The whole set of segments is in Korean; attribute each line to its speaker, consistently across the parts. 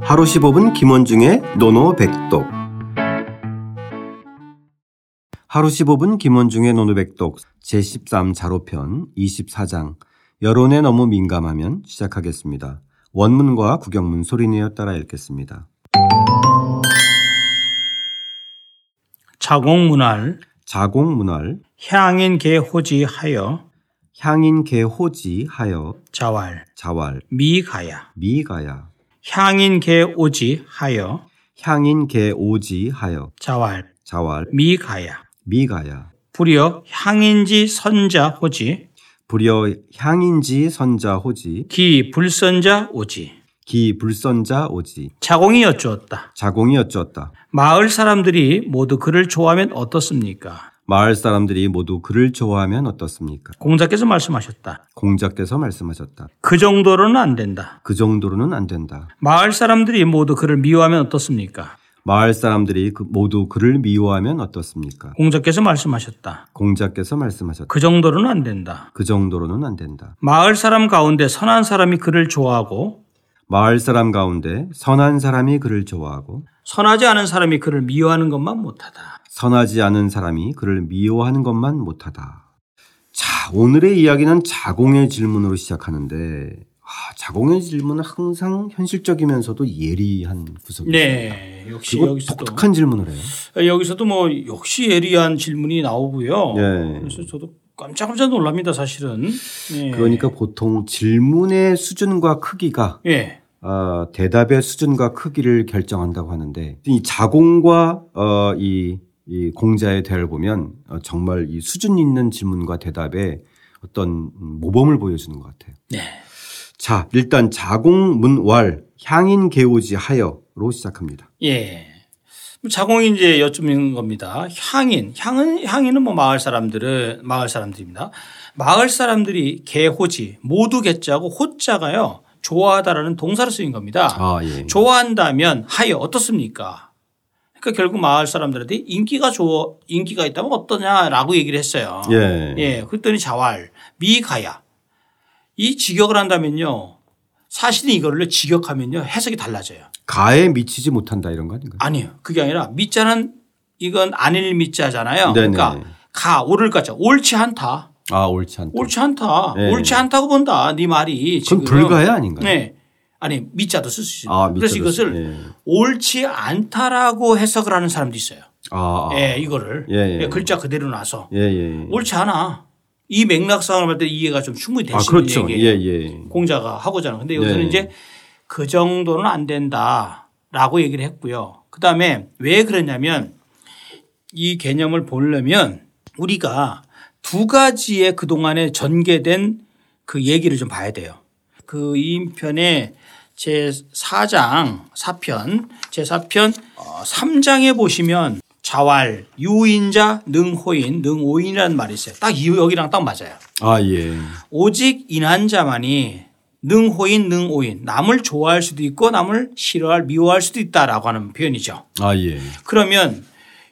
Speaker 1: 하루 15분 김원중의 노노백독 하루 15분 김원중의 노노백독 제13자로편 24장 여론에 너무 민감하면 시작하겠습니다. 원문과 구경문 소리내어 따라 읽겠습니다.
Speaker 2: 자공문할
Speaker 1: 자공문활
Speaker 2: 향인개 호지하여
Speaker 1: 향인개 호지하여
Speaker 2: 자왈
Speaker 1: 자왈
Speaker 2: 미가야
Speaker 1: 미가야
Speaker 2: 향인개 오지하여
Speaker 1: 향인개 오지하여
Speaker 2: 자왈
Speaker 1: 자왈
Speaker 2: 미가야
Speaker 1: 미가야
Speaker 2: 불여 향인지 선자 호지
Speaker 1: 불여 향인지 선자 호지
Speaker 2: 기 불선자 오지
Speaker 1: 기 불선자 오지
Speaker 2: 자공이 여쭈었다.
Speaker 1: 자공이 여쭈었다.
Speaker 2: 마을 사람들이 모두 그를 좋아하면 어떻습니까?
Speaker 1: 마을 사람들이 모두 그를 좋아하면 어떻습니까?
Speaker 2: 공자께서 말씀하셨다.
Speaker 1: 공자께서 말씀하셨다.
Speaker 2: 그 정도로는 안 된다.
Speaker 1: 그 정도로는 안 된다.
Speaker 2: 마을 사람들이 모두 그를 미워하면 어떻습니까?
Speaker 1: 마을 사람들이 그- 모두 그를 미워하면 어떻습니까?
Speaker 2: 공자께서 말씀하셨다.
Speaker 1: 공자께서 말씀하셨다.
Speaker 2: 그 정도로는 안 된다.
Speaker 1: 그 정도로는 안 된다.
Speaker 2: 마을 사람 가운데 선한 사람이 그를 좋아하고
Speaker 1: 마을 사람 가운데 선한 사람이 그를 좋아하고
Speaker 2: 선하지 않은 사람이 그를 미워하는 것만 못하다.
Speaker 1: 선하지 않은 사람이 그를 미워하는 것만 못하다. 자, 오늘의 이야기는 자공의 질문으로 시작하는데 아, 자공의 질문은 항상 현실적이면서도 예리한 구석이 있습니다.
Speaker 2: 네, 역시
Speaker 1: 그리고
Speaker 2: 여기서도
Speaker 1: 독특한 질문을 해요.
Speaker 2: 여기서도 뭐 역시 예리한 질문이 나오고요.
Speaker 1: 예.
Speaker 2: 어, 그래서 저도 깜짝깜짝 놀랍니다, 사실은. 예.
Speaker 1: 그러니까 보통 질문의 수준과 크기가
Speaker 2: 예,
Speaker 1: 어, 대답의 수준과 크기를 결정한다고 하는데 이 자공과 어, 이, 이 공자의 대화를 보면 어, 정말 이 수준 있는 질문과 대답에 어떤 음, 모범을 보여주는 것 같아요.
Speaker 2: 네.
Speaker 1: 자 일단 자공문왈 향인개오지하여로 시작합니다.
Speaker 2: 예. 자공이 이제 여쭙는 겁니다. 향인, 향은 향인은 뭐 마을 사람들은 마을 사람들입니다. 마을 사람들이 개호지 모두 개자고 호자가요 좋아하다라는 동사로 쓰인 겁니다.
Speaker 1: 아 예.
Speaker 2: 좋아한다면 하여 어떻습니까? 그러니까 결국 마을 사람들한테 인기가 좋아 인기가 있다면 어떠냐라고 얘기를 했어요.
Speaker 1: 예.
Speaker 2: 예, 그랬더니 자활 미가야 이 직역을 한다면요 사실은 이거를 직역하면요 해석이 달라져요.
Speaker 1: 가에 미치지 못한다 이런 거 아닌가요?
Speaker 2: 아니요 그게 아니라 미자는 이건 안일
Speaker 1: 네네.
Speaker 2: 미자잖아요. 그러니까 가 오를 가자 옳지 않다
Speaker 1: 아 옳지 않다.
Speaker 2: 옳지 않다
Speaker 1: 네.
Speaker 2: 옳지 않다고 본다 네 말이
Speaker 1: 그건
Speaker 2: 지금
Speaker 1: 불가해 아닌가요?
Speaker 2: 네 아니 미자도 쓸 수 있습니다.
Speaker 1: 아,
Speaker 2: 그래서
Speaker 1: 밑으로
Speaker 2: 이것을
Speaker 1: 예.
Speaker 2: 옳지 않다라고 해석을 하는 사람도 있어요.
Speaker 1: 아, 아.
Speaker 2: 예, 이거를
Speaker 1: 예, 예.
Speaker 2: 예, 글자 그대로 놔서
Speaker 1: 예, 예.
Speaker 2: 옳지 않아. 이 맥락상을 볼 때 이해가 좀 충분히
Speaker 1: 아
Speaker 2: 되시는
Speaker 1: 그렇죠.
Speaker 2: 얘기
Speaker 1: 예, 예.
Speaker 2: 공자가 하고자 하는. 근데 여기서는
Speaker 1: 네.
Speaker 2: 이제 그 정도는 안 된다라고 얘기를 했고요. 그 다음에 왜 그러냐면 이 개념을 보려면 우리가 두 가지의 그동안에 전개된 그 얘기를 좀 봐야 돼요. 그 2인편의 제 4장, 4편, 제 4편 3장에 보시면 자활, 유인자, 능호인, 능오인이라는 말이 있어요. 딱 이- 여기랑 딱 맞아요.
Speaker 1: 아 예.
Speaker 2: 오직 인한 자만이 능호인 능오인 남을 좋아할 수도 있고 남을 싫어할 미워할 수도 있다라고 하는 표현이죠.
Speaker 1: 아 예.
Speaker 2: 그러면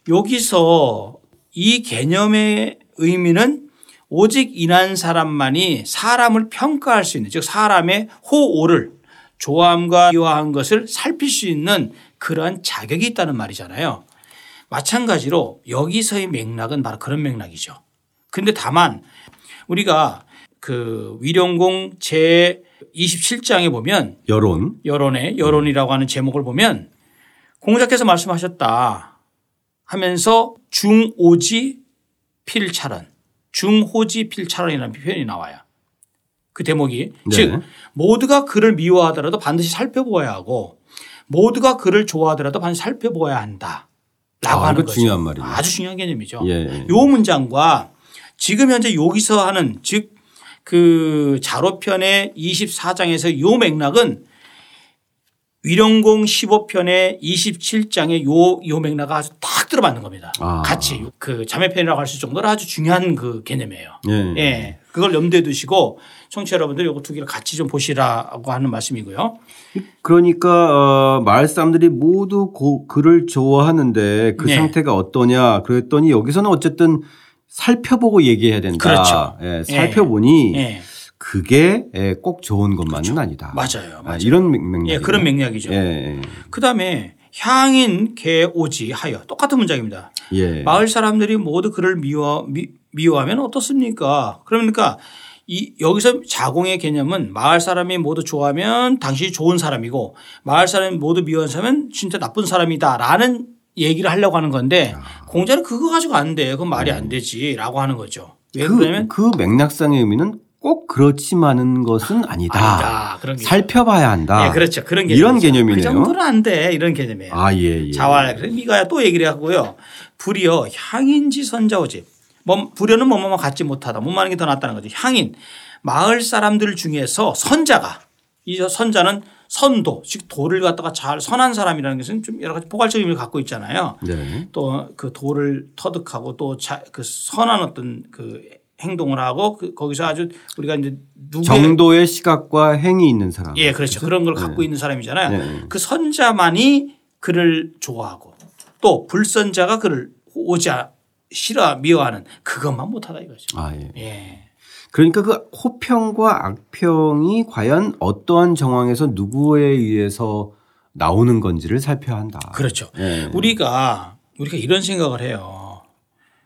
Speaker 2: 여기서 이 개념의 의미는 오직 인한 사람만이 사람을 평가할 수 있는 즉 사람의 호오를 좋아함과 미워한 것을 살필 수 있는 그러한 자격이 있다는 말이잖아요. 마찬가지로 여기서의 맥락은 바로 그런 맥락이죠. 근데 다만 우리가 그 위령공 제 27장에 보면
Speaker 1: 여론.
Speaker 2: 여론의 여론이라고 하는 제목을 보면 공자께서 말씀하셨다 하면서 중오지 필찰언 중호지 필찰언이라는 표현이 나와요. 그 대목이
Speaker 1: 네.
Speaker 2: 즉 모두가 그를 미워하더라도 반드시 살펴보아야 하고 모두가 그를 좋아하더라도 반드시 살펴보아야 한다라고
Speaker 1: 아,
Speaker 2: 하는
Speaker 1: 이거
Speaker 2: 거죠.
Speaker 1: 중요한 말이네.
Speaker 2: 아주 중요한 개념이죠.
Speaker 1: 예.
Speaker 2: 요 문장과 지금 현재 여기서 하는 즉 그 자로편의 24장에서 요 맥락은 위령공 15편의 27장의 요, 요 맥락이 아주 딱 들어맞는 겁니다.
Speaker 1: 아.
Speaker 2: 같이 그 자매편이라고 할 수 있을 정도로 아주 중요한 그 개념이에요.
Speaker 1: 예.
Speaker 2: 예. 그걸 염두에 두시고 청취자 여러분들 요거 두 개를 같이 좀 보시라고 하는 말씀이고요.
Speaker 1: 그러니까 어, 마을 사람들이 모두 고, 그를 좋아하는데 그
Speaker 2: 네.
Speaker 1: 상태가 어떠냐 그랬더니 여기서는 어쨌든 살펴보고 얘기해야 된다.
Speaker 2: 그렇죠.
Speaker 1: 예, 살펴보니
Speaker 2: 예. 그렇죠.
Speaker 1: 그게 예, 꼭 좋은 것만은 아니다.
Speaker 2: 맞아요.
Speaker 1: 아,
Speaker 2: 맞아요.
Speaker 1: 이런 맥- 맥락이네요.
Speaker 2: 예, 그런 맥락이죠.
Speaker 1: 예, 예,
Speaker 2: 그다음에 향인 개 오지 하여 똑같은 문장입니다.
Speaker 1: 예.
Speaker 2: 마을 사람들이 모두 그를 미워 미, 미워하면 어떻습니까? 그러니까 이 여기서 자공의 개념은 마을 사람이 모두 좋아하면 당신이 좋은 사람이고 마을 사람이 모두 미워하면 진짜 나쁜 사람이다라는 얘기를 하려고 하는 건데
Speaker 1: 아.
Speaker 2: 공자는 그거 가지고 안 돼. 그건 말이 안 되지라고 하는 거죠. 왜
Speaker 1: 음. 그,
Speaker 2: 그러냐면
Speaker 1: 그 맥락상의 의미는 꼭 그렇지만은 것은 아니다.
Speaker 2: 아니다. 그런 개념.
Speaker 1: 살펴봐야 한다.
Speaker 2: 예, 그렇죠. 그런 개념.
Speaker 1: 이런 개념이네요.
Speaker 2: 그 정도는 안 돼. 이런 개념이에요.
Speaker 1: 아, 예, 예.
Speaker 2: 자활. 그래서 미가야 또 얘기를 하고요. 불이여 향인지 선자오지. 뭐 불여는 뭐뭐만 갖지 못하다. 못 마는 게 더 낫다는 거죠. 향인 마을 사람들 중에서 선자가 이 선자는 선도 즉 도를 갖다가 잘 선한 사람이라는 것은 좀 여러 가지 포괄적 의미를 갖고 있잖아요.
Speaker 1: 네.
Speaker 2: 또 그 도를 터득하고 또 그 선한 어떤 그 행동을 하고 그 거기서 아주 우리가 이제 누구의
Speaker 1: 정도의 시각과 행이 있는 사람.
Speaker 2: 예, 그렇죠. 그런 걸 갖고 있는 사람이잖아요.
Speaker 1: 네.
Speaker 2: 그 선자만이 그를 좋아하고 또 불선자가 그를 오자 싫어 미워하는 그것만 못하다 이거죠.
Speaker 1: 아, 예.
Speaker 2: 예.
Speaker 1: 그러니까 그 호평과 악평이 과연 어떠한 정황에서 누구에 의해서 나오는 건지를 살펴야 한다.
Speaker 2: 그렇죠.
Speaker 1: 예.
Speaker 2: 우리가 우리가 이런 생각을 해요.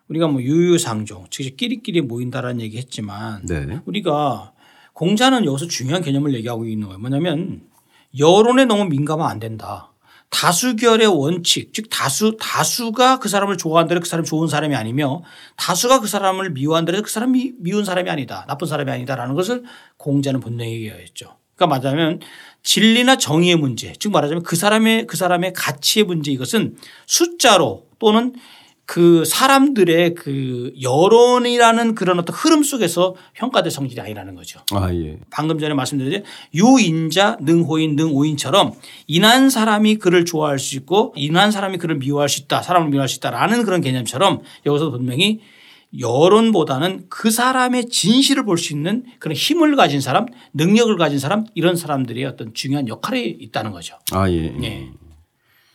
Speaker 2: 우리가 뭐 유유상종 즉 끼리끼리 모인다라는 얘기 했지만
Speaker 1: 네.
Speaker 2: 우리가 공자는 여기서 중요한 개념을 얘기하고 있는 거예요. 뭐냐면 여론에 너무 민감하면 안 된다. 다수결의 원칙, 즉 다수 다수가 그 사람을 좋아한다고 그 사람이 좋은 사람이 아니며 다수가 그 사람을 미워한다고 그 사람이 미운 사람이 아니다, 나쁜 사람이 아니다라는 것을 공자는 분명히 얘기했죠. 그러니까 말하자면 진리나 정의의 문제, 즉 말하자면 그 사람의 그 사람의 가치의 문제 이것은 숫자로 또는 그 사람들의 그 여론이라는 그런 어떤 흐름 속에서 평가될 성질이 아니라는 거죠.
Speaker 1: 아, 예.
Speaker 2: 방금 전에 말씀드렸죠. 유인자, 능호인, 능오인처럼 인한 사람이 그를 좋아할 수 있고 인한 사람이 그를 미워할 수 있다, 사람을 미워할 수 있다라는 그런 개념처럼 여기서 분명히 여론보다는 그 사람의 진실을 볼 수 있는 그런 힘을 가진 사람, 능력을 가진 사람 이런 사람들의 어떤 중요한 역할이 있다는 거죠.
Speaker 1: 아, 예.
Speaker 2: 네.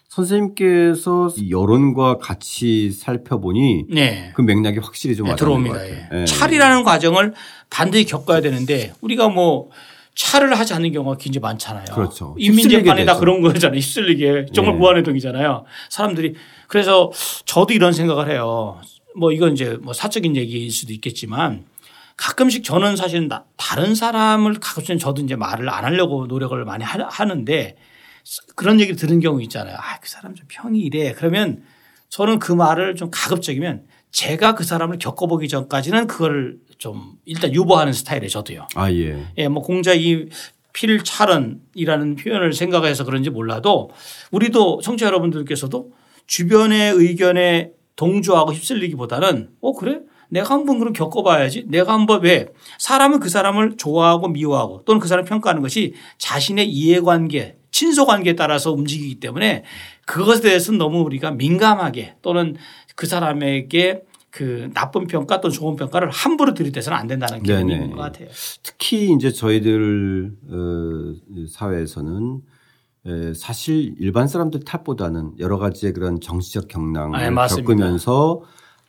Speaker 1: 선생님께서 이 여론과 같이 살펴보니
Speaker 2: 네.
Speaker 1: 그 맥락이 확실히 좀
Speaker 2: 네,
Speaker 1: 와닿는 것
Speaker 2: 들어옵니다.
Speaker 1: 같아요.
Speaker 2: 예. 차리라는 과정을 반드시 겪어야 되는데 우리가 뭐 차를 하지 않는 경우가 굉장히 많잖아요.
Speaker 1: 그렇죠.
Speaker 2: 인민재판에
Speaker 1: 휩쓸리게
Speaker 2: 다
Speaker 1: 되죠.
Speaker 2: 그런 거잖아요. 휩쓸리게 정말
Speaker 1: 예.
Speaker 2: 무한회동이잖아요. 사람들이 그래서 저도 이런 생각을 해요. 뭐 이건 이제 뭐 사적인 얘기일 수도 있겠지만 가끔씩 저는 사실 나- 다른 사람을 가끔씩 저도 이제 말을 안 하려고 노력을 많이 하- 하는데 그런 얘기를 들은 경우 있잖아요. 아, 그 사람 좀 평이 이래. 그러면 저는 그 말을 좀 가급적이면 제가 그 사람을 겪어보기 전까지는 그걸 좀 일단 유보하는 스타일이에요. 저도요.
Speaker 1: 아, 예.
Speaker 2: 예, 뭐 공자 이 필찰은이라는 표현을 생각해서 그런지 몰라도 우리도 청취자 여러분들께서도 주변의 의견에 동조하고 휩쓸리기보다는 어 그래 내가 한번 그럼 겪어봐야지 내가 한번 왜 사람은 그 사람을 좋아하고 미워하고 또는 그 사람 을 평가하는 것이 자신의 이해관계 친소관계에 따라서 움직이기 때문에 그것에 대해서는 너무 우리가 민감하게 또는 그 사람에게 그 나쁜 평가 또는 좋은 평가를 함부로 들이대서는 안 된다는 개념인
Speaker 1: 네네.
Speaker 2: 것 같아요.
Speaker 1: 특히 이제 저희들 어, 사회에서는 에, 사실 일반 사람들 탓보다는 여러 가지의 그런 정치적 경랑을
Speaker 2: 아, 예, 맞습니다.
Speaker 1: 겪으면서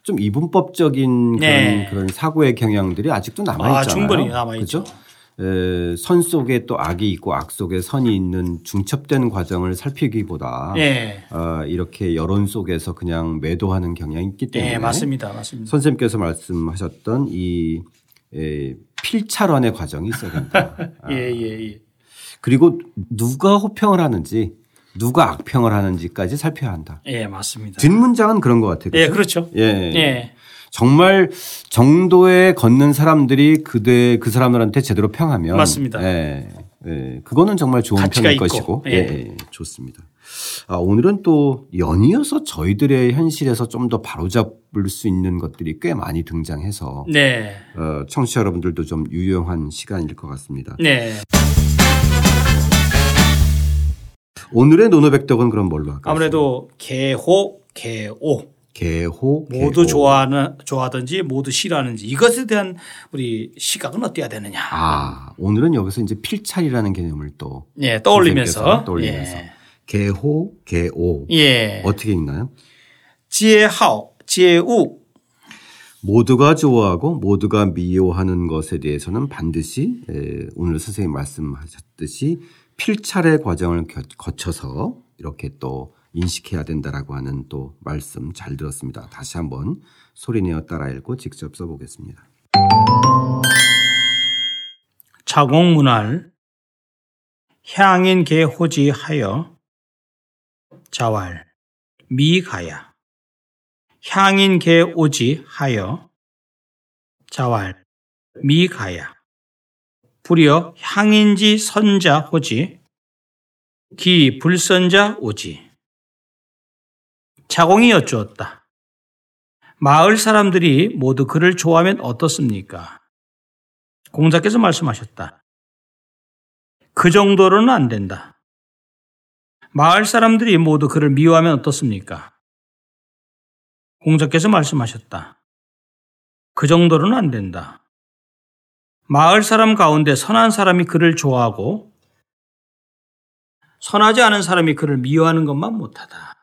Speaker 1: 좀 이분법적인 그런,
Speaker 2: 네.
Speaker 1: 그런 사고의 경향들이 아직도 남아 있잖아요.
Speaker 2: 아, 충분히 남아있죠.
Speaker 1: 그죠? 에, 선 속에 또 악이 있고 악 속에 선이 있는 중첩된 과정을 살피기보다
Speaker 2: 예.
Speaker 1: 어, 이렇게 여론 속에서 그냥 매도하는 경향이 있기 때문에
Speaker 2: 예, 맞습니다. 맞습니다.
Speaker 1: 선생님께서 말씀하셨던 이 에, 필찰원의 과정이 있어야 된다.
Speaker 2: 예, 예, 예.
Speaker 1: 그리고 누가 호평을 하는지 누가 악평을 하는지까지 살펴야 한다.
Speaker 2: 예, 맞습니다.
Speaker 1: 뒷문장은 그런 것 같아요.
Speaker 2: 예, 그렇죠.
Speaker 1: 예.
Speaker 2: 예.
Speaker 1: 정말 정도에 걷는 사람들이 그대 그 사람들한테 제대로 평하면
Speaker 2: 맞습니다.
Speaker 1: 예. 예. 그거는 정말 좋은
Speaker 2: 가치가
Speaker 1: 평일
Speaker 2: 있고.
Speaker 1: 것이고.
Speaker 2: 예.
Speaker 1: 예. 예. 좋습니다. 아, 오늘은 또 연이어서 저희들의 현실에서 좀 더 바로잡을 수 있는 것들이 꽤 많이 등장해서
Speaker 2: 네.
Speaker 1: 어, 청취자 여러분들도 좀 유용한 시간일 것 같습니다.
Speaker 2: 네.
Speaker 1: 오늘의 노노백덕은 그럼 뭘로 할까요?
Speaker 2: 아무래도 개호, 개오
Speaker 1: 개호
Speaker 2: 모두
Speaker 1: 개호.
Speaker 2: 좋아하는 좋아하든지 모두 싫어하는지 이것에 대한 우리 시각은 어때야 되느냐.
Speaker 1: 아 오늘은 여기서 이제 필찰이라는 개념을 또
Speaker 2: 예, 떠올리면서
Speaker 1: 선생님께서 떠올리면서 어-
Speaker 2: 예.
Speaker 1: 개호 개오
Speaker 2: 예.
Speaker 1: 어떻게 읽나요?
Speaker 2: 지혜하오, 지혜우,
Speaker 1: 모두가 좋아하고 모두가 미워하는 것에 대해서는 반드시 에, 오늘 선생님 말씀하셨듯이 필찰의 과정을 겨- 거쳐서 이렇게 또 인식해야 된다라고 하는 또 말씀 잘 들었습니다. 다시 한번 소리내어 따라 읽고 직접 써보겠습니다.
Speaker 2: 자공문할 향인 개호지하여 자왈 미가야 향인 개오지하여 자왈 미가야 불여 향인지 선자 호지 기 불선자 오지 자공이 여쭈었다. 마을 사람들이 모두 그를 좋아하면 어떻습니까? 공자께서 말씀하셨다. 그 정도로는 안 된다. 마을 사람들이 모두 그를 미워하면 어떻습니까? 공자께서 말씀하셨다. 그 정도로는 안 된다. 마을 사람 가운데 선한 사람이 그를 좋아하고 선하지 않은 사람이 그를 미워하는 것만 못하다.